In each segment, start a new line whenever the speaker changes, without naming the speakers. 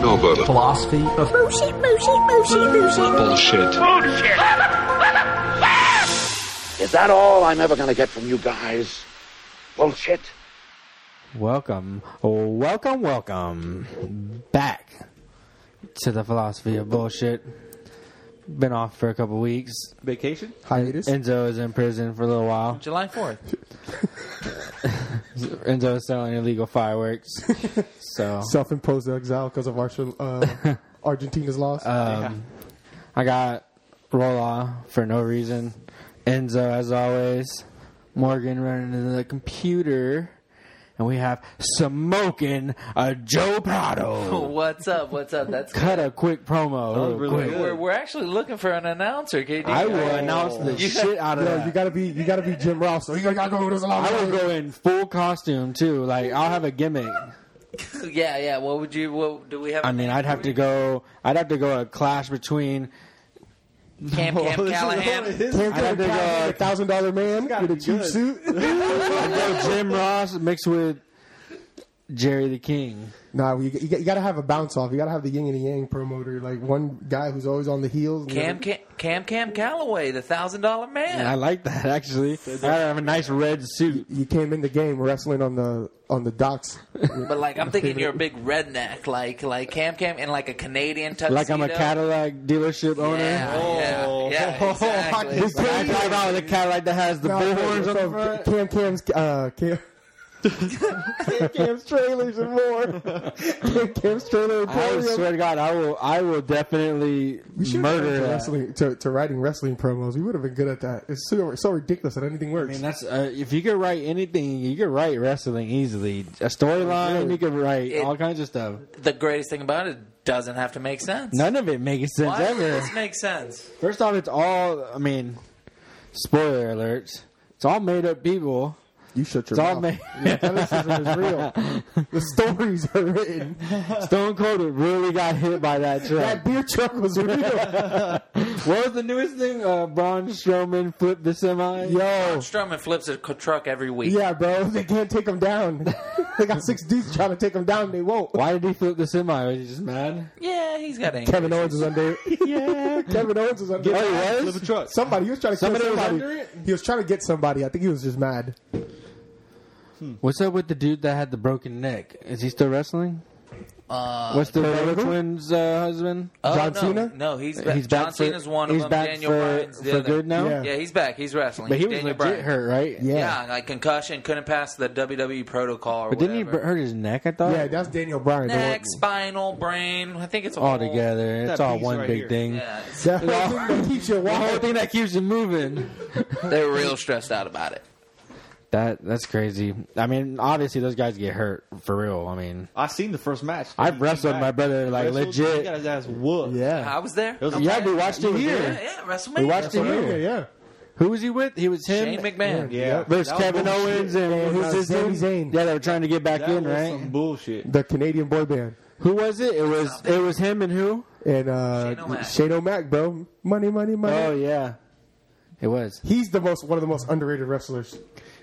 Nobel.
Philosophy of
Bullshit, bullshit, bullshit, bullshit.
bullshit.
Is that all I'm ever going to get from you guys? Bullshit.
Welcome, welcome, welcome back to the philosophy of bullshit. Been off for a couple weeks.
Vacation?
Hiatus. Enzo is in prison for a little while.
July 4th.
Enzo is selling illegal fireworks. so
Self-imposed exile because of our, uh, Argentina's loss.
I got Rolla for no reason. Enzo, as always. Morgan running into the computer. And we have smoking a Joe Prado.
What's up? What's up? That's
Cut a quick promo.
Oh,
real
really
quick.
good.
we're, we're actually looking for an announcer, KD.
I will announce the shit out of
Yo,
that.
you gotta be, you gotta be Jim Ross. So you gotta go with us a lot.
I will go in full costume too. Like I'll have a gimmick.
Yeah, yeah. What would you? What do we have?
I mean, I'd have to go. I'd have to go a clash between.
Cam Cam Callahan.
His
Tim
I had to go-
a thousand dollar man
gotta
with a
be
cheap
good.
suit.
I'd go Jim Ross mixed with Jerry the King.
nah, you, you, got- you gotta have a bounce off. You gotta have the yin and the yang promoter, like one guy who's always on the heels.
Cam,
and the
Cam Cam Cam Calloway, the thousand dollar man.
I like that actually. I have a nice red suit.
you came in the game wrestling on the on the docks.
But like, I'm thinking you're a big redneck, like like Cam Cam, and like a Canadian tuxedo.
Like I'm a Cadillac dealership owner. Oh,
Yeah, yeah, yeah, exactly.
This guy talking about the Cadillac that has the bullhorns on the
So,
front.
Cam Cam's uh, Cam. Cam Cam's trailers and more. Cam Cam's trailer
I
emporium.
swear to God, I will. I will definitely
We should
murder
to
that.
wrestling to, to writing wrestling promos. We would have been good at that. It's so, so ridiculous that anything
I
works.
mean, that's uh, if you could write anything, you could write wrestling easily. A storyline, you could write
It-
all kinds of stuff.
The greatest thing about it, it doesn't have to make sense.
None of it makes sense
Why does
ever.
this make sense?
First off, it's all. I mean, spoiler alerts. It's all made up people.
you shut your
It's all
mouth.
made.
Athleticism is real. The stories are written.
Stone Cold really got hit by that
That
truck.
beer truck was real.
what was the newest thing? Uh, Braun Strowman flipped the semi.
Yo,
Strowman flips a c- truck every week.
yeah, bro. They can't take them down. they got six dudes trying to take them down. They won't.
Why did he flip the semi? Was he just mad?
Yeah, he's got anger.
Kevin Owens was under. yeah, Kevin Owens was under.
Oh, he
Flip a
was.
truck.
Somebody he was trying to
Somebody
kill
was
somebody.
under it?
He was trying to get somebody. I think he was just mad.
What's up with the dude that had the broken neck? Is he still wrestling?
Uh,
What's the Bella
Angle?
twins' uh, husband?
oh,
John
no,
Cena?
No, he's,
He's
back. John
back for-
Cena's one
he's
of them.
back
Daniel
for-
Bryan's the
for
other.
good now?
Yeah.
Yeah.
he's back. He's wrestling.
But he was
Daniel
legit
Bryan.
hurt, right?
Yeah.
Yeah, like concussion, couldn't pass the WWE protocol. Or
But didn't he
whatever.
bur- hurt his neck? I thought.
Yeah, that's Daniel Bryan. the one-
Neck, spinal, brain. I think it's a
all
whole-
together. It's
That
all
piece
one
right
big
here.
thing.
Yeah, it's-
That whole thing that keeps you
The whole
walking.
thing that keeps you moving.
they were real stressed out about it.
That that's crazy. I mean, obviously those guys get hurt for real. I mean,
I seen the first match.
I've wrestled my brother, like,
Wrestled,
legit.
He got his ass whooped.
Yeah.
I was there.
It was-
I'm
yeah,
there.
we watched it
Yeah,
here.
yeah, WrestleMania.
We watched it
Yeah,
here.
yeah.
Who was he with? He was him.
Shane McMahon.
Yeah.
There's
That was
Kevin
bullshit.
Owens and
And,
who's
uh,
his
Sami
name?
Zayn.
Yeah, they were trying to get back
That
in,
was
right?
some bullshit.
The Canadian boy band.
Who was it? It was it was him and who?
And uh,
Shane O'Mac.
Shane O'Mac, bro. Money, money, money.
Oh yeah, it was.
He's the most one of the most underrated wrestlers.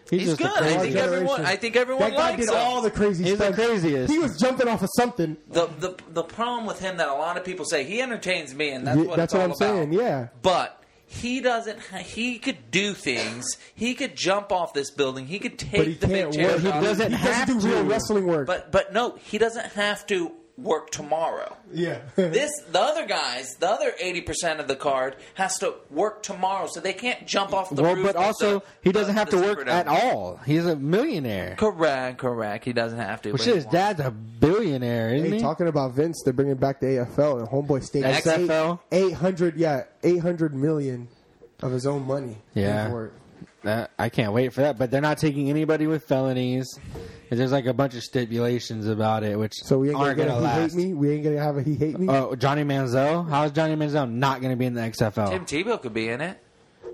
He's,
He's
just a
good. I
crazy-
think everyone. I think everyone
That guy
likes
did
him.
all the crazy
He's the
stunts.
craziest.
He was jumping off of something.
the, the the problem with him that a lot of people say he entertains me, and that's
Yeah,
what it's
that's what
all
I'm
about.
saying, yeah.
but he doesn't. ha- He could do things. He could jump off this building. He could take
he
the big
can't
chair.
work. He
shot.
doesn't
He
have
doesn't do
to.
real wrestling work.
But but no, he doesn't have to work tomorrow.
yeah,
This the other guys, the other eighty percent of the card has to work tomorrow, so they can't jump off the
well,
roof.
but
of
also
the-
he doesn't
the-
have
the
to work
Superdome.
at all. He's a millionaire.
Correct, correct. He doesn't have to.
Which
but he
his
wants-
dad's a billionaire, isn't
Hey,
he?
talking about Vince, they're bringing back the AFL and Homeboy State.
XFL?
eight hundred, yeah, eight hundred million of his own money.
Yeah.
for it.
That- Uh, I can't wait for that. But they're not taking anybody with felonies. And there's like a bunch of stipulations about it, which
So we ain't gonna
aren't
get
going
a
to
he
last.
hate me. We ain't gonna have a he hate me.
Oh, Johnny Manziel? How is Johnny Manziel not going to be in the XFL?
Tim Tebow could be in it.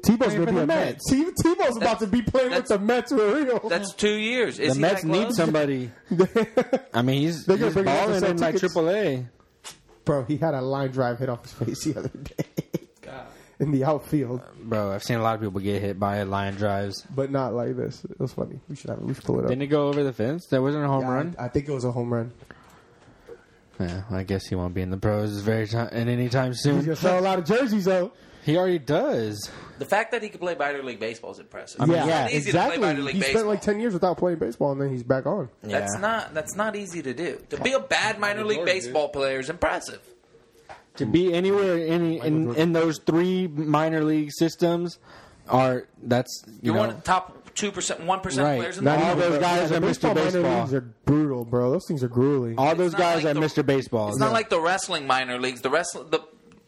Tebow's
for
gonna be
the
a Met.
Mets.
Te- Tebow's about to be playing with
that's-
the Mets for real.
That's two years. Is
the
he
Mets
that
need
close?
somebody. I mean, he's,
They're gonna
he's
bring him up to
balling
sell
in like
tickets.
AAA.
Bro, he had a line drive hit off his face the other day in the outfield,
Bro, I've seen a lot of people get hit by line drives.
but not like this. It was funny. We should have. We should pull it up.
Didn't it go over the fence? That wasn't a home
Yeah,
run?
I, I think it was a home run.
Yeah, I guess he won't be in the pros very time and anytime
He's
soon.
gonna sell a lot of jerseys though.
He already does.
The fact that he could play minor league baseball is impressive.
mean,
It's
yeah,
not easy to play
exactly.
minor league
he
baseball.
spent like ten years without playing baseball, and then he's back on.
That's
Yeah.
not that's not easy to do. To be a bad minor league baseball player is impressive.
To be anywhere in any, in, in those three minor league systems are that's you
You're
know
one of the top two percent, one percent
right.
players in the
All
Not
league.
even,
those
bro.
guys
Yeah,
are
the
Mr.
minor leagues
Baseball.
are brutal, bro. Those things are grueling.
All those
It's not
guys
like
are
the-
Mr. Baseball.
It's not like the wrestling minor leagues. The wrestling the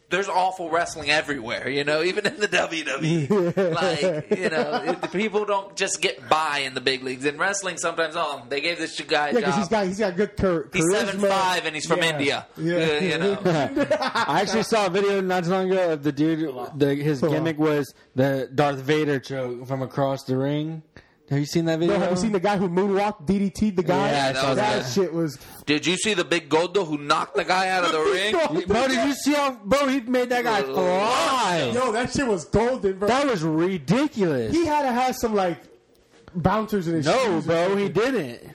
there's awful wrestling everywhere, you know, even in the WWE. like, you know, it- the people don't just get by in the big leagues. In wrestling, sometimes, oh, they gave this guy a job.
yeah, because he's got he's got good char-
He's
charisma.
seven five and he's from
Yeah.
India.
Yeah.
Uh, you know.
I actually saw a video not too long ago of the dude. The, his
Hold on.
gimmick was the Darth Vader choke from across the ring. Have you seen that
Bro,
video?
have you seen the guy who moonwalked DDT'd the guy?
Yeah, I
saw
that
that.
shit was.
Did you see the big Goldo who knocked the guy out of the ring?
bro, did you see how bro he made that guy fly?
Oh, Yo, that shit was golden, bro.
That was ridiculous.
he had to have some like bouncers in his
no,
shoes or
bro,
something.
he didn't.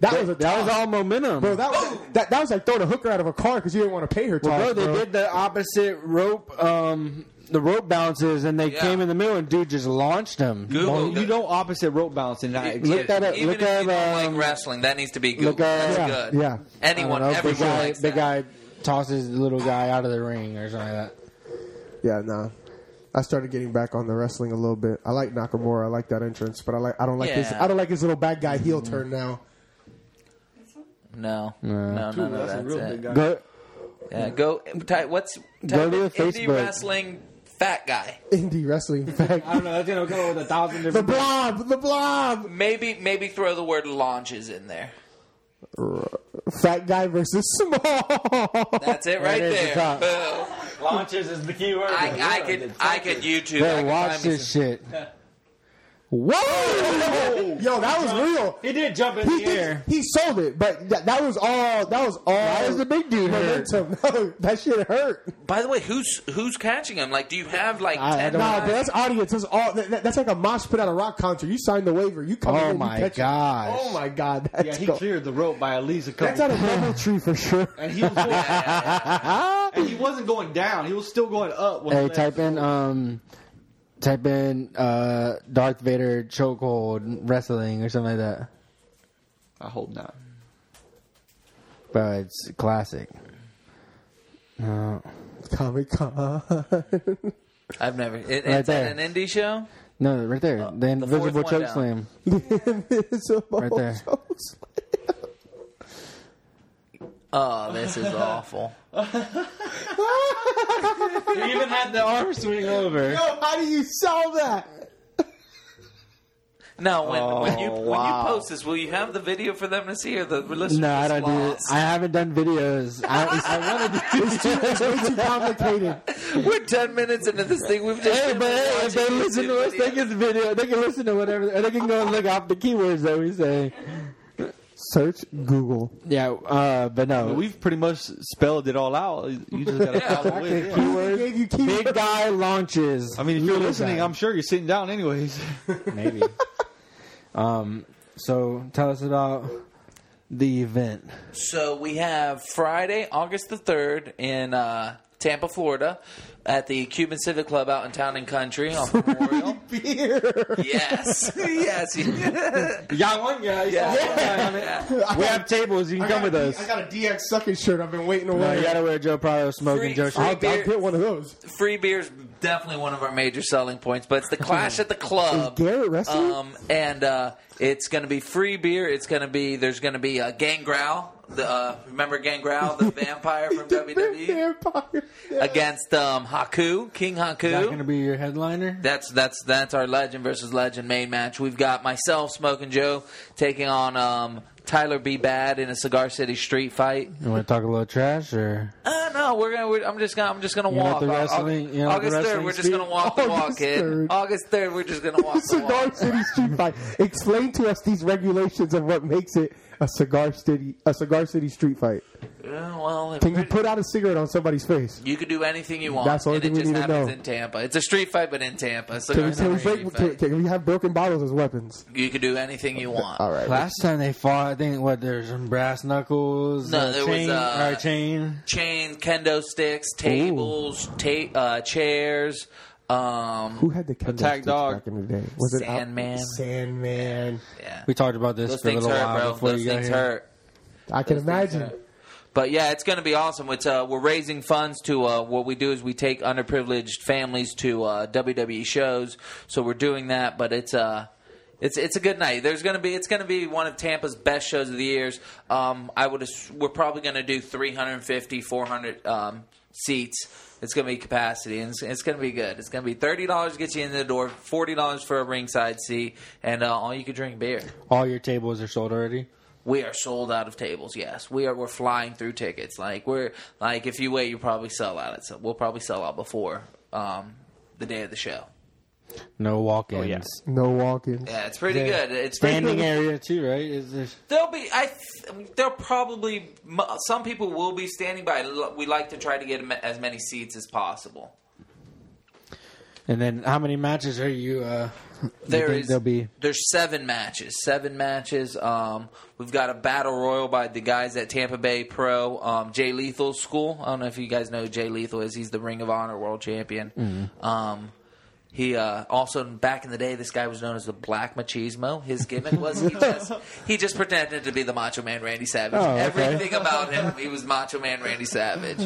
That was a
that was
top.
all momentum.
Bro, that was that, that was like throwing a hooker out of a car because you didn't want to pay her.
Bro,
Well,
they did the opposite rope, um, the rope bounces, and they
Yeah.
came in the middle, and dude just launched him.
Google
Well,
that.
you know opposite rope bounce and I
Look that up.
Even if
Look up,
you don't
um,
like wrestling, that needs to be Googled.
look up-
That's
yeah,
good.
yeah.
Anyone,
I don't know,
everyone
big guy,
likes
big
that.
guy tosses the little guy out of the ring or something like that.
Yeah, nah. I started getting back on the wrestling a little bit. I like Nakamura. I like that entrance, but I like I don't like his
Yeah.
I don't like his little bad guy heel turn now.
No, no, no, no,
that's a
that's
real
it.
big guy.
Go,
Yeah, Uh, go. Type, what's type
Go to
in
the
indie
Facebook.
wrestling fat guy?
Indie wrestling, in fact.
I don't know. That's gonna go with a thousand
the
different.
blob, the blob.
Maybe maybe throw the word launches in there.
Fat guy versus small.
That's it right
That is the
there.
top.
Boom.
launches is the key word.
I, I could I could YouTube. I
Bro,
could
watch
find me
this
some-
shit. Whoa!
Yo, that was real.
He did jump in
He, did, he sold it, but that, that was all. That was all.
Why is the big dude hurt?
momentum. No, that shit hurt.
By the way, who's who's catching him? Like, do you have like
I- I
ten?
don't-
Nah, but that's audience. That's all. That, that- that's like a mosh put out a rock concert. You signed the waiver. You come in.
Oh
you
my
catch it.
gosh!
Oh my god. That's
Yeah, he
go-
cleared the rope by at least a
That's
couple.
out of double tree for sure.
and he was going, and he wasn't going down. He was still going up. when
Hey,
he left.
type in um, type in uh, Darth Vader chokehold wrestling or something like that.
I hope not.
Bro, it's classic.
Comic Con.
I've never. It, it's
Right
at
there.
an indie show.
No, right there. the
the
invisible
fourth one
choke
down.
slam.
right
there.
Oh, this is awful.
He even had the arm swing over.
Yo, how do you sell that?
No, when when
Oh,
you when you post this, will you have the video for them to see or the listeners?
No, I don't do it.
lost?
I haven't done videos. I, I want to do
It's too, it's way too complicated.
We're ten minutes into this thing. We've just
Hey,
been
but hey, if they
watching
listen
YouTube
to us, they
videos.
can video. They can listen to whatever. Or they can go and look up the keywords that we say.
Search Google.
Yeah, uh, but no.
We've pretty much spelled it all out. You just got to
Yeah,
follow it. yeah.
They gave you key.
Big guy launches.
I mean, if you're listening, I'm sure you're sitting down anyways.
maybe. um. So tell us about the event.
So we have Friday, August the 3rd in uh, Tampa, Florida at the Cuban Civic Club out in town and country on Memorial.
beer.
yes. Yes. yeah.
Y'all one guy. We have tables. You can come with us.
I got a DX sucking shirt. I've been waiting to
No,
wear.
you gotta wear Joe Prado smoking
Free-
Joe
free
I'll, I'll
shirt.
beer.
get one of those.
Free beer is definitely one of our major selling points, but it's the Clash at the Club.
Is Garrett wrestling?
Um, and uh, it's going to be free beer. It's going to be, there's going to be uh, Gangrel. The, uh, remember Gangrel, the vampire from E? WWE?
Vampire.
Against um, Haku, King Haku.
Is that gonna be your headliner?
That's that's that's our legend versus legend main match. We've got myself, Smoking Joe, taking on um, Tyler B. Bad in a Cigar City street fight.
You want to talk a little trash or?
Uh, no, we're gonna. We're, I'm just gonna. I'm just gonna
know
walk.
the
Au- au-
wrestling- you know the
August third,
wrestling
we're just gonna
speak?
walk the walk,
August
kid.
3rd.
August third, we're just gonna walk the
Cigar
walk.
City Street Fight. Explain to us these regulations of what makes it a cigar city a cigar city street fight.
yeah, well, if
Can you
we're-
put out a cigarette on somebody's face?
you could do anything you want.
That's the only
and it
thing we
just
need to
happens
know.
in Tampa. It's a street fight, but in Tampa. So
Can we,
it's
can,
not
we
really
break,
a
can,
fight.
can we have broken bottles as weapons?
you could do anything you want.
All right.
Last time they fought, I think what there's some brass knuckles.
No,
uh,
there was,
chain,
uh,
or a chain.
Chains, kendo sticks, tables, ta- uh, chairs.
Who
Um,
had the kendo
Attack
sticks
dog.
back in the day? Was it Al-
Sandman.
Sandman.
yeah.
We talked about this
Those
for a
things
little
hurt,
while
bro.
before
Those
you got
things
here.
hurt.
I can
Those things
imagine.
hurt. But yeah, it's going to be awesome. It's uh, we're raising funds to uh, what we do is we take underprivileged families to uh, WWE shows. So we're doing that, but it's uh it's it's a good night. There's going to be it's going to be one of Tampa's best shows of the years. Um, I would ass- we're probably going to do 350 400 um, seats. It's going to be capacity, and it's, it's going to be good. It's going to be thirty dollars to get you in the door, forty dollars for a ringside seat, and uh, all you can drink beer.
All your tables are sold already.
We are sold out of tables. Yes, we are. We're flying through tickets. Like we're like if you wait, you probably sell out. So we'll probably sell out before um, the day of the show.
No walk-ins.
yeah.
No walking.
Yeah, it's pretty
Yeah.
good. It's pretty
Standing area too, right? Is this?
There'll be I th- there'll probably m- some people will be standing by. L- We like to try to get ma- as many seats as possible.
And then how many matches are you? Uh, you
There
think
is-
There'll be.
There's seven matches. Seven matches. Um, we've got a battle royal by the guys at Tampa Bay Pro, um, Jay Lethal School. I don't know if you guys know who Jay Lethal is. He's the Ring of Honor World Champion.
Mm-hmm.
Um, he uh, also back in the day, this guy was known as the Black Machismo. His gimmick was he just he just pretended to be the Macho Man Randy Savage.
Oh, okay.
Everything about him, he was Macho Man Randy Savage.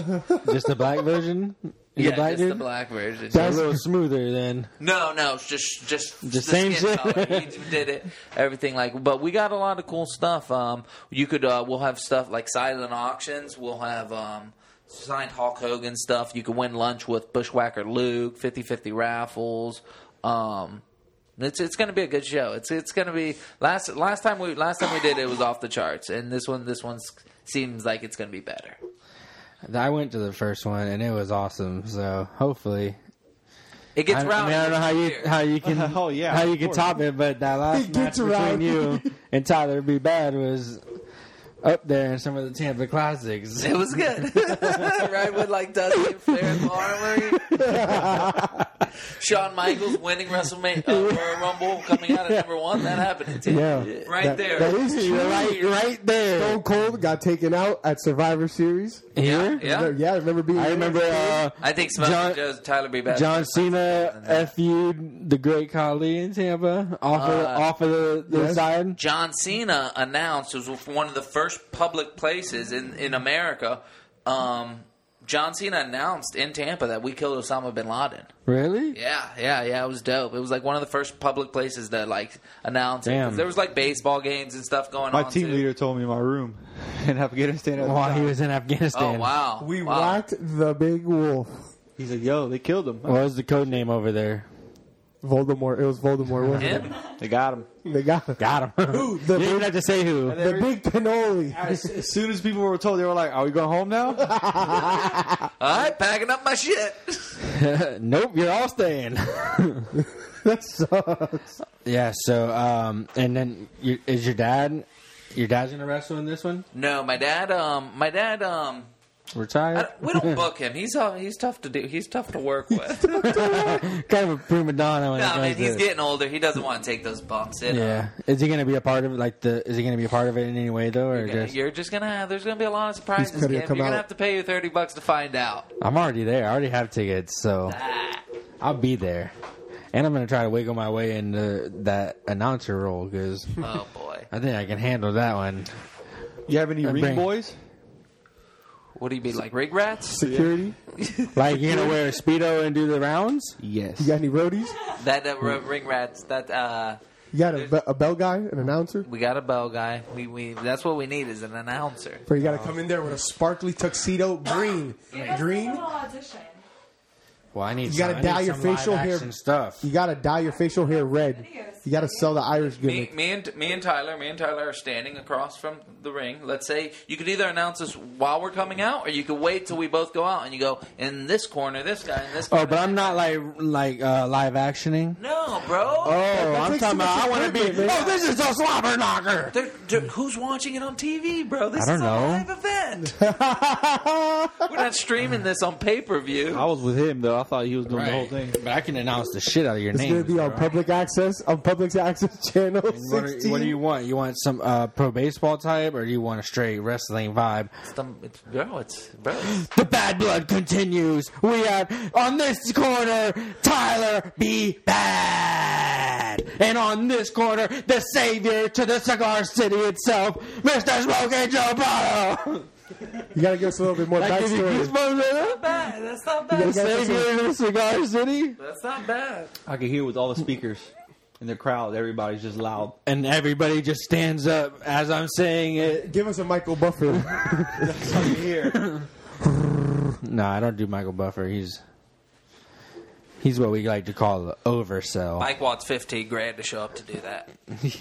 Just the black version?
yeah,
the black
just
dude?
the black version.
That's a little smoother then.
No, no, it's just just the
same
skin
shit.
color. We did it, everything like. But we got a lot of cool stuff. Um, you could uh, we'll have stuff like silent auctions. We'll have um, signed Hulk Hogan stuff. You can win lunch with Bushwhacker Luke. 50-50 raffles. Um, it's it's gonna be a good show. It's it's gonna be last last time we last time we did it was off the charts, and this one this one seems like it's gonna be better.
I went to the first one and it was awesome. So hopefully,
It
I,
gets
I mean,
round.
I don't know how you how you can
Oh, yeah,
how you
of
can
course.
top it, but that last
It
match
gets
between
around.
you and Tyler B. Bad was up there in some of the Tampa classics.
It was good, right? With like Dusty and Flair and Armory. Shawn Michaels winning WrestleMania uh, Royal Rumble, coming out at number one. That happened in Tampa.
Yeah.
right
That-
there.
That is true.
right, right there.
Stone Cold got taken out at Survivor Series.
yeah,
Here,
yeah.
Yeah, I remember being.
I remember uh,
I think Smoking
John-
Joe's Tyler B. Bass.
John Cena fu the Great Khali in Tampa off of,
Uh,
off of the, the
yes.
side.
John Cena announced it was one of the first public places in in America. Um, John Cena announced in Tampa that we killed Osama bin Laden.
Really?
Yeah, yeah, yeah. It was dope. It was like one of the first public places that like announced. it. 'Cause
Damn.
There was like baseball games and stuff going
My
on.
team
too.
leader told me in my room in Afghanistan. at the
While
time.
he was in Afghanistan.
Oh wow,
We
wow.
Whacked the big wolf.
He's like, "Yo, they killed him.
What was the code name over there?
Voldemort. It was Voldemort, wasn't
Him?
They got him."
it? They got him.
Got him.
Who?
you
The
didn't even
big-
have to say who.
The big cannoli.
As, as soon as people were told, they were like, "Are we going home now?"
All right, packing up my shit.
nope, you're all staying.
that sucks.
yeah. So, um, and then you, is your dad? Your dad's gonna wrestle in this one?
No, my dad. Um, my dad. Um, I
Retired?
don't- we don't book him. He's uh, he's tough to do. He's tough to work with. no,
kind of a prima donna when it
I mean
comes
he's
to-
getting older. He doesn't want to take those bumps. You know?
Yeah. Is he gonna be a part of like the? Is he gonna be a part of it in any way though, or
You're
just?
gonna, you're just gonna have. There's gonna be a lot of surprises.
He's gonna
Kim.
come
You're gonna
out-
have to pay you thirty bucks to find out.
I'm already there. I already have tickets, so I'll be there. And I'm gonna try to wiggle my way into that announcer role because
Oh boy,
I think I can handle that one.
You have any
I
ring
bring-
boys?
what do you be like rig rats?
Security.
Like you're gonna wear a speedo and do the rounds?
Yes.
You got any roadies?
That uh, r- ring rats. That uh,
You got a, be- a bell guy, an announcer.
we got a bell guy. We we that's what we need is an announcer.
But you got to come in there with a sparkly tuxedo, green,
Give us a
green.
little audition.
Well, I need.
You gotta
some, I
dye
need
your
some
facial
live
hair-
action stuff.
You gotta dye your facial hair red. You gotta sell the Irish
Me,
gimmick.
me and me and Tyler, me and Tyler are standing across from the ring. Let's say you could either announce us while we're coming out, or you could wait till we both go out and you go in this corner, this guy, in this. Corner.
Oh, but I'm not like like uh, live actioning.
No, bro.
Oh,
takes
I'm
too
talking about.
much
I want to be.
equipment, man.
Oh, this is a slobber knocker.
They're, they're- who's watching it on TV, bro? This
I don't
is a
know.
live event. We're not streaming this on pay per
I
view.
was with him though. I thought he was doing the whole thing.
But I can announce the shit out of your
It's
name.
gonna be on public access on public access channel
What, are-
sixteen.
what do you want? You want some uh, pro baseball type, or do you want a straight wrestling vibe?
It's, the- it's, bro, it's bro. it's-
The bad blood continues. We have on this corner Tyler B. Bad, and on this corner the savior to the cigar city itself, Mr. Smoking Joe Bottle.
You gotta give us a little bit more
That gives you
backstory.
goosebumps, huh?
bad. That's not
The
bad.
gotta give us a-
savior to cigar city,
That's not bad.
I could hear with all the speakers in the crowd. Everybody's just loud.
and everybody just stands up as I'm saying it.
Give us a Michael Buffer.
I could hear.
No, I don't do Michael Buffer. He's he's what we like to call the oversell.
Mike Watts fifteen grand to show up to do that.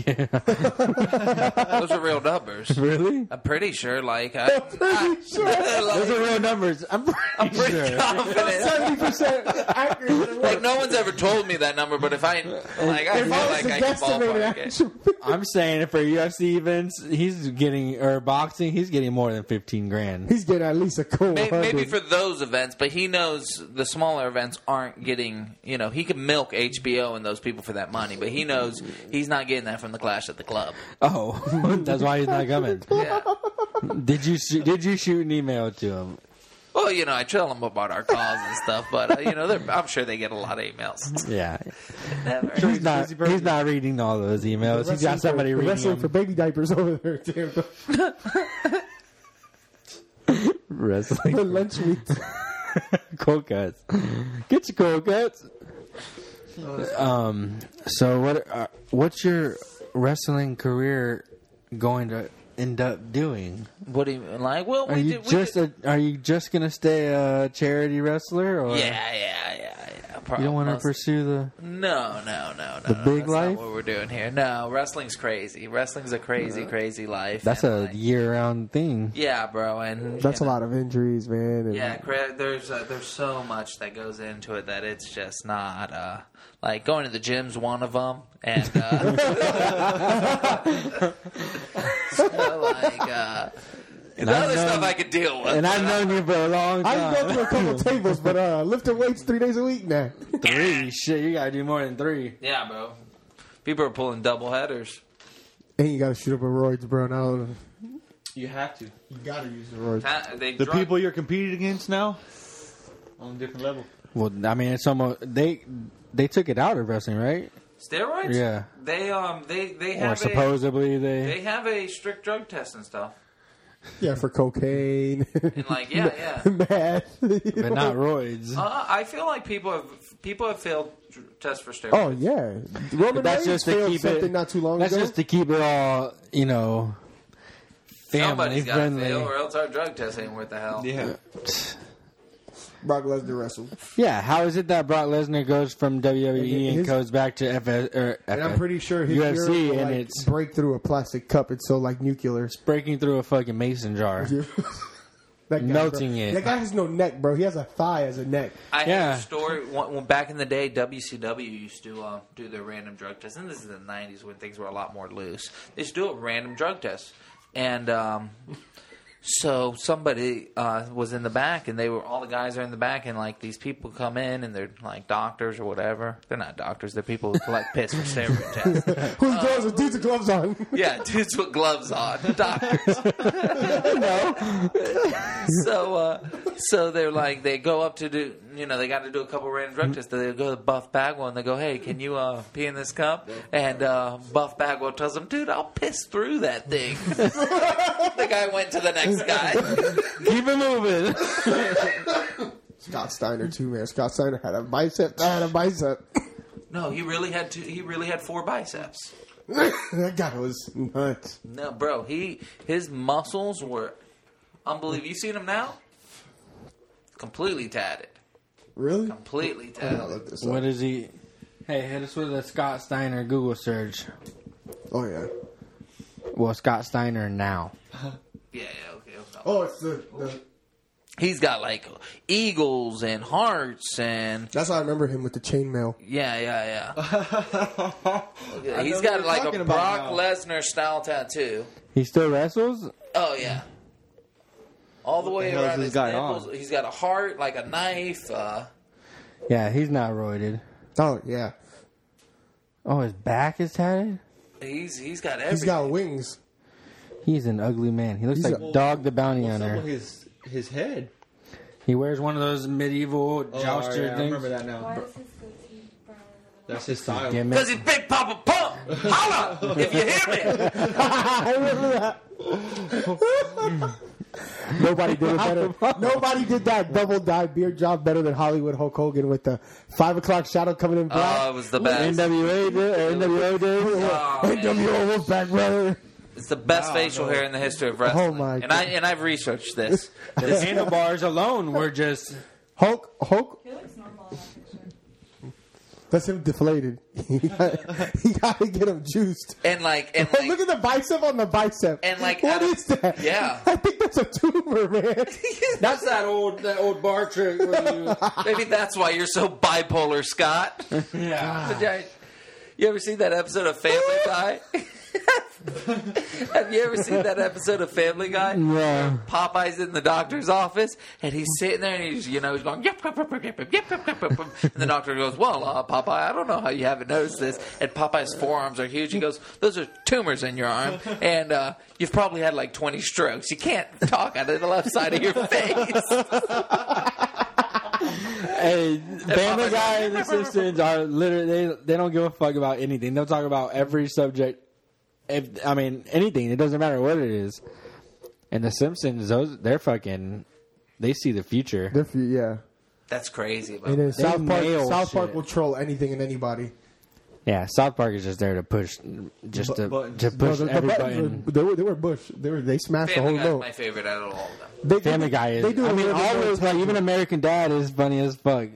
yeah, those are real numbers.
Really?
I'm pretty sure. Like, I, I- like,
Those are real numbers. I'm pretty,
pretty
sure.
confident.
Seventy percent accurate.
Like, no one's ever told me that number, but if I like, I feel
If I was
like
to
I can
guesstimate
ballpark
it,
it.
I'm saying for UFC events, he's getting or boxing, he's getting more than fifteen grand.
he's getting at least a cool.
May- Maybe
100.
for those events, but he knows the smaller events aren't getting. You know, he can milk HBO and those people for that money, but he knows he's not getting that from the Clash at the Club.
Oh, that's why he's not coming.
Yeah.
Did you sh- did you shoot an email to him?
Well, you know, I tell them about our cause and stuff, but uh, you know, they're, I'm sure they get a lot of emails.
Yeah,
Never.
he's not. He's not reading all those emails. He's got somebody
for,
reading
wrestling for
them.
baby diapers over there. Damn, the,
Wrestling
the lunch meat.
cold cuts. Get your cold cuts. Um. So what? Uh, what's your wrestling career going to end up doing?
What do you mean? Like, well,
Are
we
you
did, we
just
did-
a, are you just gonna stay a charity wrestler, or
yeah, yeah, yeah, yeah.
you don't want to
Most-
pursue the?
No, no, no, no. The
big
that's
life?
Not what we're doing here? No, wrestling's crazy. Wrestling's a crazy, crazy life.
That's
and,
a
like,
year-round thing.
yeah, bro. And
That's a
you know,
lot of injuries, man. and-
Yeah, cra- there's uh, there's so much that goes into it that it's just not uh, like going to the gym's one of them, and uh, so, like uh, the
I've
other
known-
stuff I could deal with.
And I've known you for a long
I've
time.
been to a couple tables, but uh, lifting weights three days a week now.
three shit. You gotta do more than three.
yeah, bro. People are pulling double headers.
And you gotta shoot up a roids, bro. And I don't know.
You have to.
You gotta use the roids.
Huh? They
The
drug-
people you're competing against now on a different level.
Well, I mean, it's almost they they took it out of wrestling, right?
steroids.
Yeah.
they um they they
Or
have a,
supposedly they.
they have a strict drug test and stuff.
Yeah, for cocaine.
And like yeah, yeah.
Meth.
but not roids.
Uh, I feel like people have people have failed dr- tests for steroids.
Oh yeah, Roman
But that's
Reigns
just to
failed
keep
something
it.
not too long
that's
ago.
just to keep it all, you know, family
Somebody's got to
friendly.
fail, or else our drug test ain't worth the hell.
Yeah.
Brock Lesnar wrestled,
Yeah, how is it that Brock Lesnar goes from WWE and
His-
goes back to FS, or
and I'm pretty sure his urine
UFC
will,
and
like,
it's
break through a plastic cup. It's so like nuclear.
breaking through a fucking mason jar?
that guy,
Melting
bro.
it.
That guy has no neck, bro. He has a thigh as a neck.
I
Yeah.
had a story one, when back in the day. WCW used to um, do their random drug tests, and this is the '90s when things were a lot more loose. They used to do a random drug test, and um, so somebody uh, was in the back, and they were all the guys are in the back, and like these people come in, and they're like doctors or whatever. They're not doctors; they're people who collect piss for steroid tests.
Who's gloves? with dudes with gloves on.
Yeah, dudes with gloves on, doctors. so, uh, so they're like, they go up to do, you know, they got to do a couple random drug tests. They go to Buff Bagwell and they go, "Hey, can you uh, pee in this cup?" And uh, Buff Bagwell tells him, "Dude, I'll piss through that thing." the guy went to the next guy.
Keep it moving.
Scott Steiner too, man. Scott Steiner had a bicep. I had a bicep.
no, he really had two. He really had four biceps.
that guy was nuts.
No, bro, he his muscles were unbelievable. You seen him now? Completely tatted.
Really?
Completely
I gotta
talented.
look this
What
up.
is he? Hey, hit us with a Scott Steiner Google search.
Oh yeah.
Well, Scott Steiner now.
Yeah, yeah, okay. okay.
Oh, it's the, the
He's got like eagles and hearts and
that's how I remember him with the chainmail.
yeah, yeah, yeah.
I know
He's
who
got
you're
like
talking
a
about
Brock
now.
Lesnar style tattoo.
He still wrestles.
Oh yeah. All the way
the hell is
around
this
his
guy
nipples.
on?
He's got a heart, like a knife. Uh,
Yeah, he's not roided.
Oh yeah.
Oh, his back is tatted.
he's he's got everything.
He's got wings.
He's an ugly man. He looks
He's
like
a-
Dog the Bounty
What's up
Hunter.
with his his head?
He wears one of those medieval
Oh,
jouster
alright, I
things.
remember that now.
Why
Bro-
does his goatee brown?
That's his style.
Yeah, man.
Cause he's Big Papa Pump. Holla if you hear me.
I remember that. Nobody did it better. Nobody did that double dive beard job better than Hollywood Hulk Hogan with the five o'clock shadow coming in black.
Oh, it was the best.
NWA, dude, or NWA, dude.
Oh, man.
NWO was back, brother.
It's the best
Wow,
facial
no.
hair in the history of wrestling.
Oh, my
and I
God.
and I've researched this.
The handlebars alone were just.
Hulk, Hulk,
He looks normal in that picture.
that's him deflated. you, gotta, you gotta get him juiced.
And like and
Hey, look
like
at the bicep on the bicep.
And, like,
what
out of-
is that?
Yeah.
I think that's a tumor, man.
That's that old that old bar trick. Where you,
maybe that's why you're so bipolar, Scott.
yeah.
You ever seen that episode of Family Guy? Have you ever seen that episode of Family Guy?
Yeah.
Popeye's in the doctor's office and he's sitting there and he's you know he's going yep yep yep yep yep yep yep yep, yep and the doctor goes well uh, Popeye I don't know how you haven't noticed this and Popeye's forearms are huge he goes those are tumors in your arm and uh, you've probably had like twenty strokes you can't talk out of the left side of your face
Hey, Family Guy and The Simpsons are literally they, they don't give a fuck about anything. They'll talk about every subject. If I mean anything, it doesn't matter what it is. And The Simpsons, those they're fucking. They see the future.
If you- yeah.
that's crazy about
And then
that.
South Park,
nail
South Park
shit.
will troll anything and anybody.
Yeah, South Park is just there to push, just to,
buttons.
to push
No, the- the
every
buttons
button.
were- they were they were Bush. They were they smashed
Family
the
Guy's
whole
my
note.
favorite out of all of them
They,
Family Guy is.
They do.
I
a
mean,
little bit
all
more
those like
intelligent.
even American Dad is funny as fuck.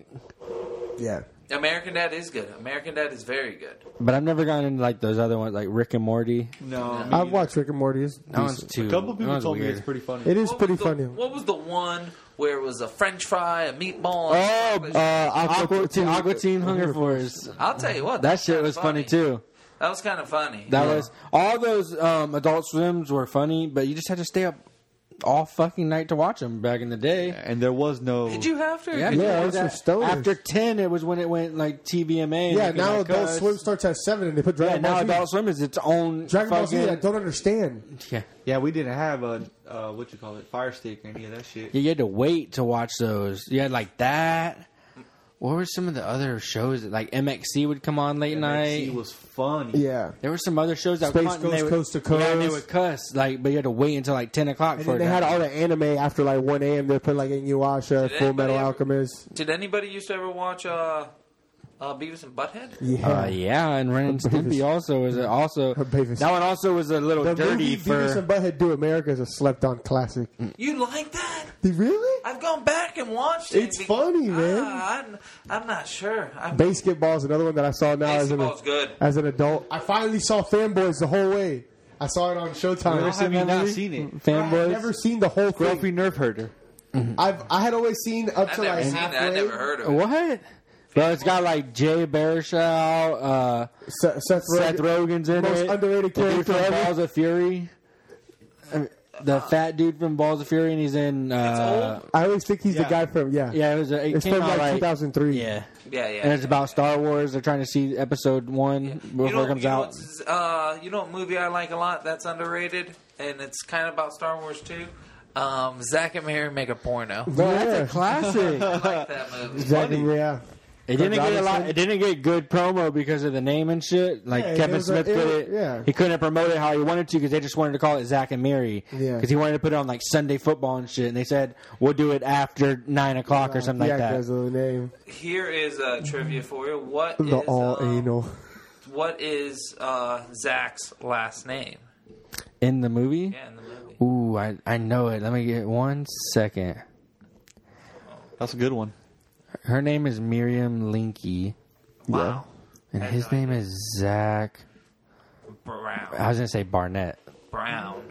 Yeah.
American Dad is good American Dad is very good
But I've never gone into like those other ones, like Rick and Morty.
No, me
I've
neither.
watched Rick and Morty. It's
That one's
decent.
too.
A couple
that
people
one's
told me
weird.
it's pretty funny.
It is
What was
pretty
the-
funny.
What was the one where it was a French fry, a meatball?
Oh,
and-
uh,
Aqua-
Aqua Teen, Aqua Teen Hunger
Hunger
Force.
I'll tell you what,
That shit
kinda
was funny too.
That was kind of funny.
That was all those um, Adult Swims were funny, but you just had to stay up all fucking night to watch them back in the day.
And there was no.
Did you have to?
you
yeah,
had
it was
that-
for stoners.
After ten, it was when it went like TVMA. and
Yeah.
you could,
Now
like,
Adult
cuss.
Swim starts at seven, and they put
Yeah,
Dragon
now
Ball Z.
Adult Swim is its own.
Dragon Ball Z. I
fucking-
don't understand.
Yeah.
Yeah, we didn't have a uh, what you call it, fire stick or any of that shit.
Yeah, you had to wait to watch those. You had like that. What were some of the other shows that like MXC would come on late
MXC
night?
was funny.
Yeah.
there were some other shows that
Space
would come on and
Ghost,
they would,
Coast to
Yeah, and they
Coast.
would cuss like, but you had to wait until like ten o'clock
And
for
then
it.
they had all the anime after like 1 a.m. They're putting like Inuyasha,
Did
Full Metal
anybody ever-
Alchemist.
Did anybody used to ever watch uh, uh, Beavis and Butthead?
Yeah.
Uh, yeah, and Ren and Stimpy also was a, also
Uh, Beavis.
that one also was a little
the
dirty
movie Beavis
for.
and Butthead Do America is a slept on classic.
You like that?
Really?
I've gone back and watched it.
It's funny, man.
Ah, I'm, I'm not sure. I'm,
Basketball is another one that I saw now as an,
Basketball's good.
as an adult. I finally saw Fanboys the whole way. I saw it on Showtime.
How have you
I've
not seen it?
Fanboys?
never seen the whole
Grumpy
thing.
nerve herder.
I've, I had always seen up
I've
to
never
like
seen
halfway.
that. I never heard of it.
Uh, What? Bro, it's got like Jay Baruchel, uh,
Se- Seth,
Seth
Rogen.
Rogen's in
Most
it.
underrated
The dude
character
from
ever.
Balls of Fury. I mean, The fat dude from Balls of Fury, and he's in. Uh,
I always think he's the
Yeah.
guy from yeah.
yeah, it was. A, it
It's
came
from
out
like
like
2003.
Yeah,
Yeah, yeah.
and it's about Star Wars. They're trying to see Episode One
You know,
before it comes
you know
out.
what's, uh, you know what movie I like a lot that's underrated? And it's kind of about Star Wars too? Um, Zach and Mary make a porno.
Bro, yeah.
That's a classic.
I like that movie.
Exactly. Yeah.
It didn't get a lot. It didn't get good promo because of the name and shit. Like
Yeah, it
Kevin
was a-
Smith
it-
did it.
yeah.
He couldn't promote it how he wanted to because they just wanted to call it Zach and Mary.
Yeah.
Because he wanted to put it on like Sunday football and shit, and they said we'll do it after nine o'clock or something
yeah,
like that.
That's the name.
Here is uh, trivia for you. What is
The all
um,
anal.
What is uh, Zach's last name?
In the movie.
Yeah, in the movie.
Ooh, I, I know it. Let me get one second.
That's a good one.
Her name is Miriam Linky,
Wow.
and
Had
his
no
name is Zach. I
Brown.
was gonna say Barnett.
Brown.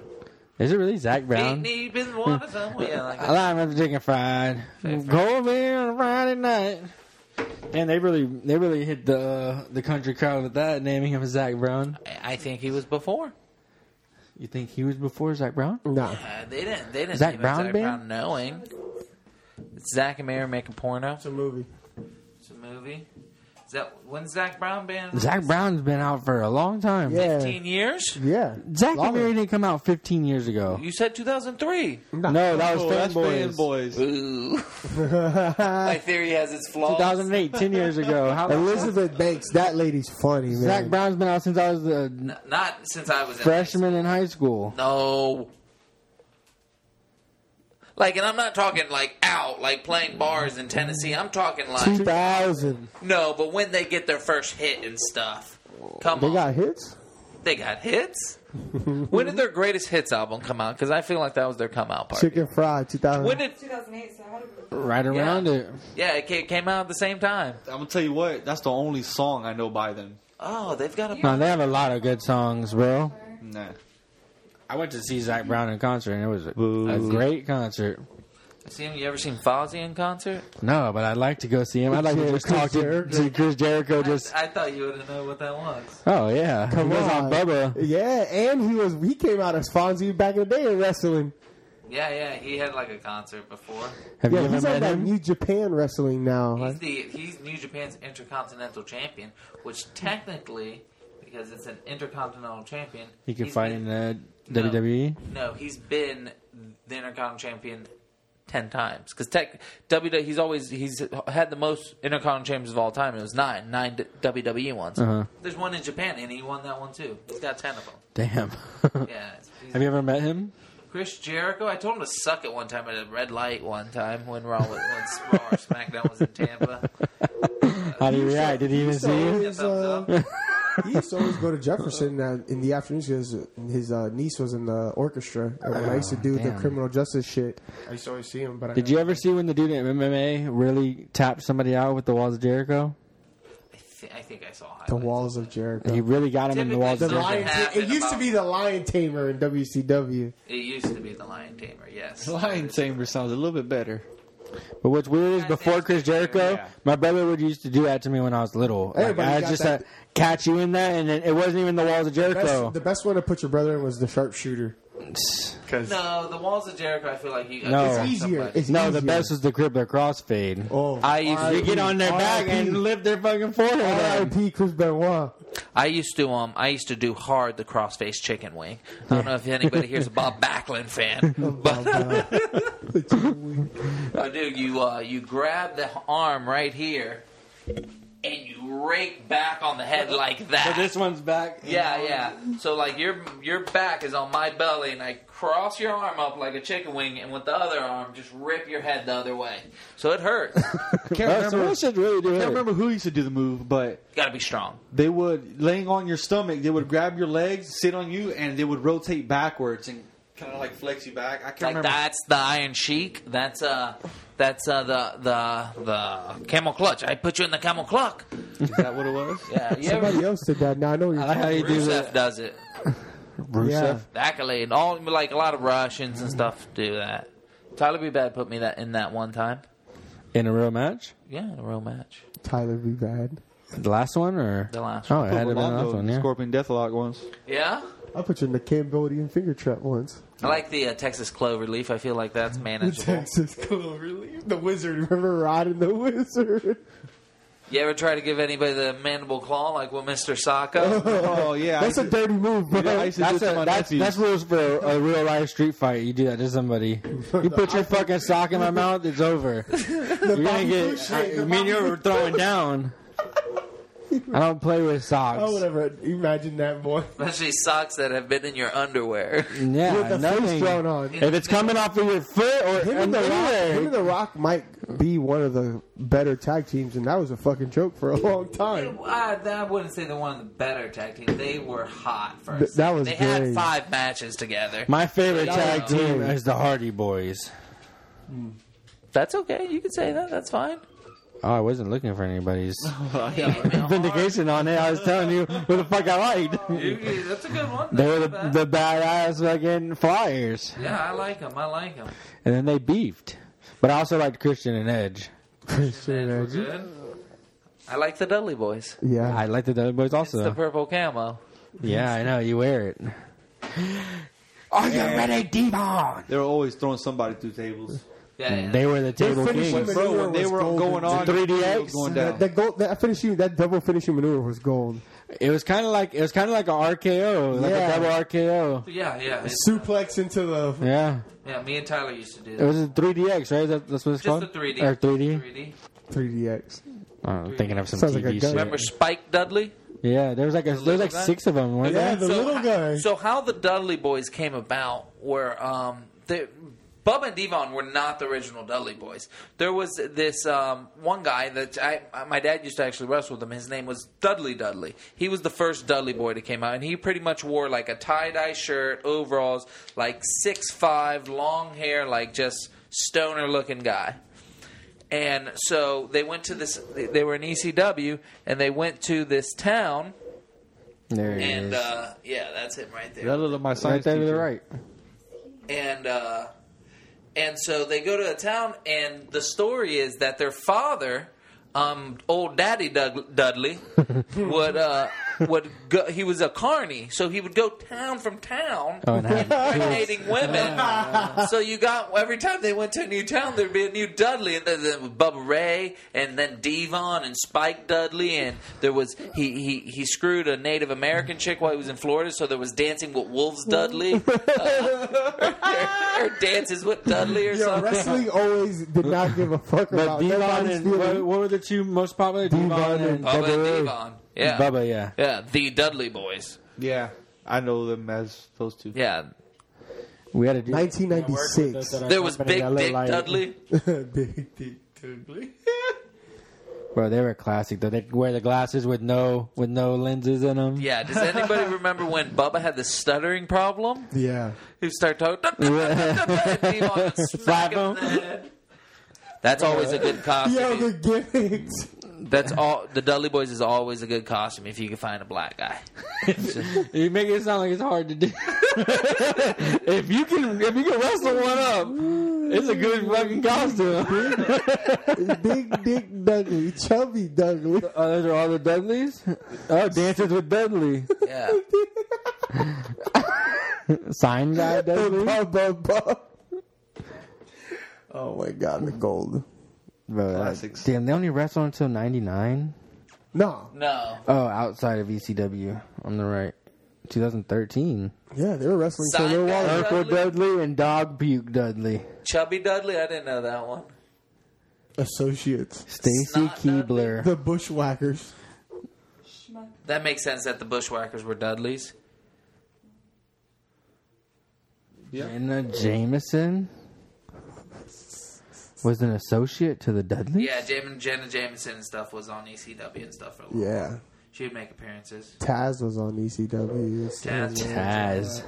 Is it really Zach Brown?
Ain't he been one of them? Yeah, like
I
that.
like my chicken fried.
Favorite.
Go there on a Friday night. And they really, they really hit the the country crowd with that, naming him Zach Brown.
I I think he was before.
You think he was before Zach Brown?
No.
Uh, they didn't. They didn't.
Zac
give it
Brown
Zac
band?
Brown knowing. It's Zach and Mary making porno.
a movie.
It's a movie. Is that when's Zach Brown band?
Zach Brown's been out for a long time.
Yeah.
Fifteen years.
Yeah.
Zach and
Longer.
Mary didn't come out 15 years ago.
You said 2003.
No, that was
Oh, that's
Fanboys.
Ooh.
fanboys.
My theory has its flaws.
2008, 10 years ago. How
Elizabeth Banks, that lady's funny, man.
Zach Brown's been out since I was a
N- Not since I was in
freshman in high school.
No. Like, and I'm not talking like out, like playing bars in Tennessee. I'm talking like
2000.
no, but when they get their first hit and stuff. Come
They
on,
got hits?
they got hits. when did their greatest hits album come out? Because I feel like that was their come out party.
Chicken Fried, 2000.
When did?
2008, so how did we?
Right around it.
Yeah, it ca- came out at the same time.
I'm gonna tell you what. That's the only song I know by them.
Oh, they've got a.
No, they have a lot of good songs, bro.
Nah.
I went to see Zach Brown in concert, and it was a, a great concert.
See him? You ever seen Fozzy in concert?
No, but I'd like to go see him. I'd like to just talk to, to Chris Jericho. Just
I thought you would know what that was.
oh yeah, he was on Bubba.
Yeah, and he was he came out as Fonzie back in the day in wrestling.
Yeah, yeah, he had like a concert before.
Have
Yeah,
you ever
he's on
met
that
him?
New Japan wrestling now.
He's
Like,
the he's New Japan's intercontinental champion, which technically, because it's an intercontinental champion,
He can
he's
fight in
been-
the E?
No.
WWE.
No, he's been the intercontinental champion ten times because tech WWE he's always he's had the most intercontinental champions of all time. It was nine nine WWE E ones.
Uh-huh.
There's one in Japan, and he won that one too. He's got ten of them.
Damn.
Yeah. it's- he's-
Have you ever met him?
Chris Jericho, I told him to suck it one time at a red light one time when Raw was when Raw or SmackDown was in Tampa.
How do you react? Did he even see you?
He's, uh, he used to always go to Jefferson uh, in the afternoons because his uh, niece was in the orchestra. And when I used to do the
damn.
criminal justice shit, Ah, I used to always see him. But
Did you ever see when the dude in MMA really tapped somebody out with the walls of Jericho?
I, th- I think I saw highlights.
the walls of
He
Jericho?
really got him in the walls
The
of
Typically,
Jericho.
lion ta- it used to be the lion tamer in WCW.
It used to be the Lion Tamer, yes.
Lion Tamer sounds a little bit better.
But what's weird is before Chris Jericho,
Yeah.
my brother would used to do that to me when I was little. Like,
Everybody
I
got
just
that.
uh, catch you in that, and then it wasn't even the walls of Jericho.
Best, the best one to put your brother in was the sharpshooter. Because
No, the walls of Jericho. I feel like you.
No.
I
it's
think
easier.
somebody-
It's
no,
easier.
the best was the crippler crossfade.
Oh,
I used to
RIP,
get on their back
RIP.
and lift their fucking forehead. up.
R.I.P. Chris Benoit.
I used to um. I used to do hard the crossface chicken wing. I don't know if anybody here's a Bob Backlund fan, but But dude, you uh, you grab the arm right here, and you rake back on the head like that.
But this one's back.
yeah, yeah. So like your your back is on my belly, and I cross your arm up like a chicken wing, and with the other arm, just rip your head the other way. So it hurts.
Can't
Oh, so
remember.
that should really do eh?
can't
it.
remember who used to do the move, but
Got to be strong.
they would laying on your stomach. They would grab your legs, sit on you, and they would rotate backwards and kind of like flex you back. I can't
Like
remember.
that's the Iron Sheik. That's uh, that's uh, the the the camel clutch. I put you in the camel clutch.
Is that what it was?
Yeah, you ever,
Somebody else did that. Now I know what you're
I like how
talking
you do
Rusev
that.
does it.
Rusev.
Yeah.
The accolade. All like a lot of Russians and stuff do that. Tyler B. Bad put me that in that one time.
In a real match?
Yeah, in a real match.
Tyler B. Bad.
The last one or
The last
Oh,
one.
it had to be the
Rolando
last one.
and
Yeah.
Scorpion Deathlock once.
Yeah.
I put you in the Cambodian finger trap once.
I like the uh, Texas clover leaf. I feel like that's manageable.
Texas Cloverleaf. The Wizard. Remember Rod and the Wizard?
You ever try to give anybody the mandible claw like with Mr. Socko?
Oh yeah,
That's a dirty move, bro.
Yeah, I used to
That's,
do it to
a,
my
that's,
nephews.
that's rules for a, a real life street fight. You do that to somebody. You put your fucking sock in my mouth, it's over. You're gonna
Bobby Lee
get.
shit,
I,
the
I mean, you're throwing down. I don't play with socks.
Oh, whatever. Imagine that, boy.
Especially socks that have been in your underwear.
Yeah,
With the face
nothing.
thrown on.
If it's coming off of your foot or
Him and, the Rock, him and
anywhere,
The Rock might be one of the better tag teams, and that was a fucking joke for a long time.
I, I wouldn't say they're one of the better tag teams. They were hot first.
Th- that was
they
great.
had five matches together.
my favorite
Yeah.
tag team is the Hardy Boys.
That's okay. You can say that. That's fine.
Oh, I wasn't looking for anybody's
Yeah,
vindication on it. I was telling you what the fuck I liked.
You- That's a good one.
They were
That's
the,
not bad.
the badass fucking flyers,
yeah, I like him. I like him.
and then they beefed. But I also liked Christian and Edge.
Christian
And we're
Edge.
good. I like the Dudley Boys.
Yeah.
I liked the other boys
It's the
also.
purple camo.
yeah, I know you wear it. Are you ready, Devon?
They were always throwing somebody through tables.
Yeah, yeah.
They were the table
finishing
kings.
maneuver
Bro, when they
was
were
golden.
going on,
The 3DX?
it was going
That,
down.
that, goal, that finishing, that double finishing maneuver was gold.
It was kind of like it was kind of like a RKO, like
Yeah.
a double RKO.
yeah, yeah. It's-
Suplex into the
Yeah,
yeah, me and Tyler used to do
it
that.
was a 3DX, right? Is that, that's what it's
Just
called.
the 3D.
or 3D.
3D.
3DX.
Oh, I'm thinking of some
Sounds like
TV
a gun.
shit.
Remember Spike Dudley?
Yeah, there was like a, there was like six of them. Weren't
Yeah, the
there?
little guy.
So how the Dudley Boys came about were um, they, Bubba and Devon were not the original Dudley Boys. There was this um, one guy that I, my dad used to actually wrestle with him. His name was Dudley Dudley. He was the first Dudley Boy that came out, and he pretty much wore like a tie dye shirt, overalls, like six five, long hair, like just stoner looking guy. And so they went to this. They were in ECW, and they went to this town.
There it
And
is.
uh, yeah, that's him right there
that little my
right
science
there to the
teacher.
right.
and uh, and so they go to a town, and the story is that their father, um, old Daddy Dud- Dudley, would uh, would go, he was a carny, so he would go town from town
Oh, and have
impregnating women. so you got every time they went to a new town, there'd be a new Dudley, and then, then Bubba Ray, and then Devon and Spike Dudley, and there was he he he screwed a Native American chick while he was in Florida, so there was dancing with wolves Dudley, uh, or, or dances with Dudley, or
Yo,
something.
wrestling always did not give a fuck
But
about
Devon
nobody's
and what,
feeling.
what were the two most popular?
Devon
Devon, and
and
Bubba
Bubba.
and
Ray.
Devon, yeah,
Bubba, yeah.
yeah, the Dudley boys,
Yeah, I know them as those two.
yeah.
We had to do.
1996.
There was Big Dick Dudley.
Big Dick Dudley.
Bro, they were classic though. They wear the glasses with no with no lenses in them.
Yeah, does anybody remember when Bubba had the stuttering problem?
Yeah.
who start talking.
Slap him.
That's always a good
Yo,
costume.
the gimmicks.
That's all. The Dudley Boys is always a good costume if you can find a black guy.
You make it sound like it's hard to do. if you can if you can wrestle one up, it's a good fucking costume.
Big Dick Dudley. Chubby Dudley.
Oh, those are all the Dudleys. Oh, dances with Dudley.
Yeah,
Sign guy Dudley.
Bub, bub, bub. Oh my god, the gold.
Bro, that-
Classics.
Damn, they only wrestled until '99.
No.
no.
Oh, outside of ECW, on the right, 2013.
Yeah, they were wrestling for a
Sign
little
guy.
while.
Uncle Dudley and Dog Puke Dudley.
Chubby Dudley, I didn't know that one.
Associates.
Stacy
Snot
Keebler.
The Bushwhackers.
Schmuck.
That makes sense that the Bushwhackers were Dudleys.
Jenna Jameson was an associate to the Dudleys.
Yeah, Jam- Jenna Jameson and stuff was on ECW and stuff for a long time.
Yeah.
She would make appearances.
Taz was on E ECW.
Taz,
Taz.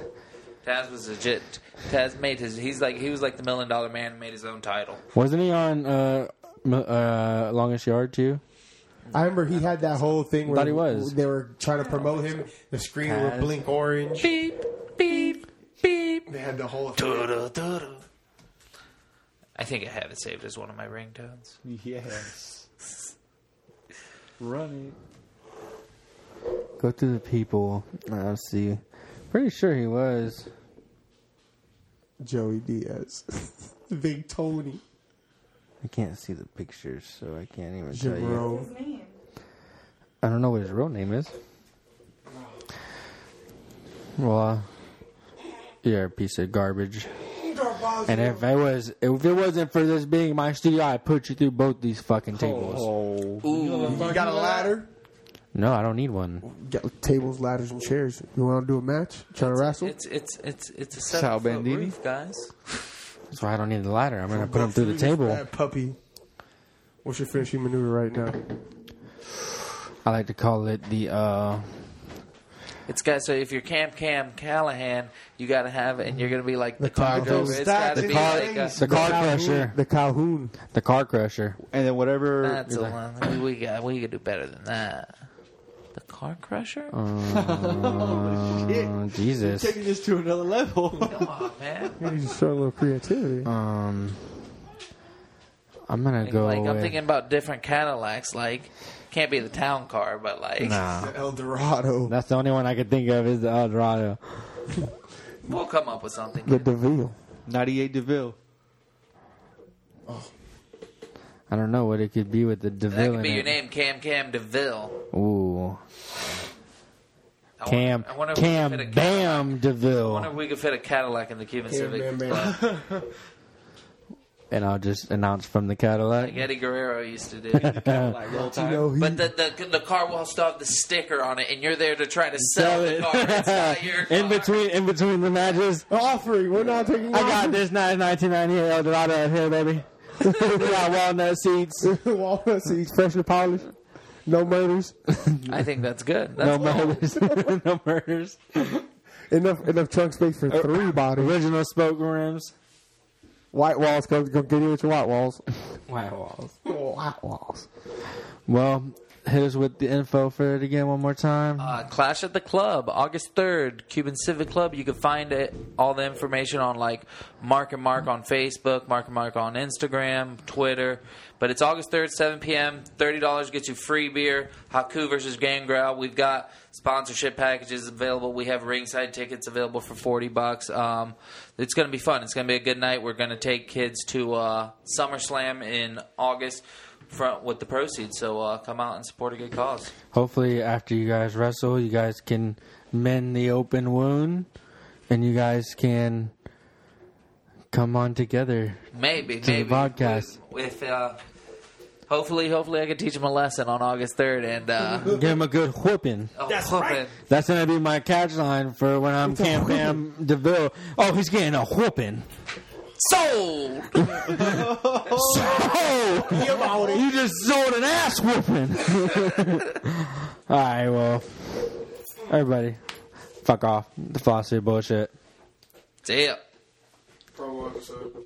Taz was legit. Taz made his. He's like he was like the Million Dollar Man and made his own title.
Wasn't he on uh, M- uh, Longest Yard too?
I remember he had that whole thing where
Thought he was.
they were trying to promote him. The screen
Taz.
would blink orange.
Beep beep beep.
They had the whole
I think I have it saved as one of my ringtones.
Yes. Running.
Go through the people. Let's see. Pretty sure he was.
Joey Diaz. Big Tony.
I can't see the pictures, so I can't even tell you.
His
Jerome.
name.
I don't know what his real name is. Well, uh, you're a piece of garbage. And if I was, if it wasn't for this being my studio, I'd put you through both these fucking tables.
Oh.
You got a ladder?
No, I don't need one.
Got tables, ladders, and chairs. You want to do a match? Trying to wrestle?
It's it's it's it's a
Sal
seven foot
Bandini?
roof, guys.
That's why I don't need the ladder. I'm gonna put him through the table.
That puppy. What's your finishing maneuver right now?
I like to call it the uh,
It's got so if you're Cam Cam Callahan, you got to have and you're going to be like the, car
Taco
driver. It's got to
Stats
be
in the
like a,
rings.
The car
Calhoun-
crusher.
The Calhoun.
The car crusher.
and then whatever.
that's a one. We got we could do better than that. The car crusher.
oh, shit.
Oh, Jesus.
Taking this to another level.
Come on, man.
You just show a little creativity.
Um, I'm gonna go
like I'm
with-
thinking about different Cadillacs. Like can't be the town car, but like
Nah,
El Dorado.
that's the only one I could think of is the Eldorado.
we'll come up with something.
The DeVille.
98 DeVille.
I don't know what it could be with the Deville.
that could
in
be
it.
your name, Cam Cam Deville.
Ooh,
I wonder-
Cam,
I wonder if we could
Cam,
fit a Cadillac.
Bam,
I wonder
Deville,
if we could fit a Cadillac in the Cuban Civic.
bam, bam.
Club.
and I'll just announce from the Cadillac.
Like Eddie Guerrero used to do.
Like, roll
You
time.
know, he,
But the, the the car will still have the sticker on it, and you're there to try to sell the car. It's not your car.
in between, in between the matches,
offering. We're not taking
I got this nice 1998 Eldorado up here, baby. we got walnut seats.
Walnut seeds, freshly polished. No murders.
I think that's good.
No
That's
murders. no murders.
Enough enough trunk space for three bodies.
Uh, Original spoke rims.
White walls. Go, go get it with your white walls.
White walls.
White walls.
Well, hit us with the info for it again one more time.
Uh, Clash at the Club, August 3rd, Cuban Civic Club. You can find it, all the information on like Mark and Mark on Facebook, Mark and Mark on Instagram, Twitter. But it's August 3rd, 7 p.m. $30 gets you free beer. Haku versus Gangrel. We've got sponsorship packages available. We have ringside tickets available for 40 bucks. Um, it's going to be fun. It's going to be a good night. We're going to take kids to uh, SummerSlam in August front with the proceeds. So uh, come out and support a good cause.
Hopefully, after you guys wrestle, you guys can mend the open wound, and you guys can come on together.
Maybe,
the
maybe.
podcast.
With, uh, hopefully, hopefully, I can teach him a lesson on August third, and uh,
Give them a good whooping.
oh, hoping-
That's gonna be my catchline for when I'm Cam Cam Deville. Oh, he's getting a whooping.
sold.
Oh, you just sold an ass whooping. All right, well, everybody, fuck off the philosophy bullshit.
Damn.
Promo episode.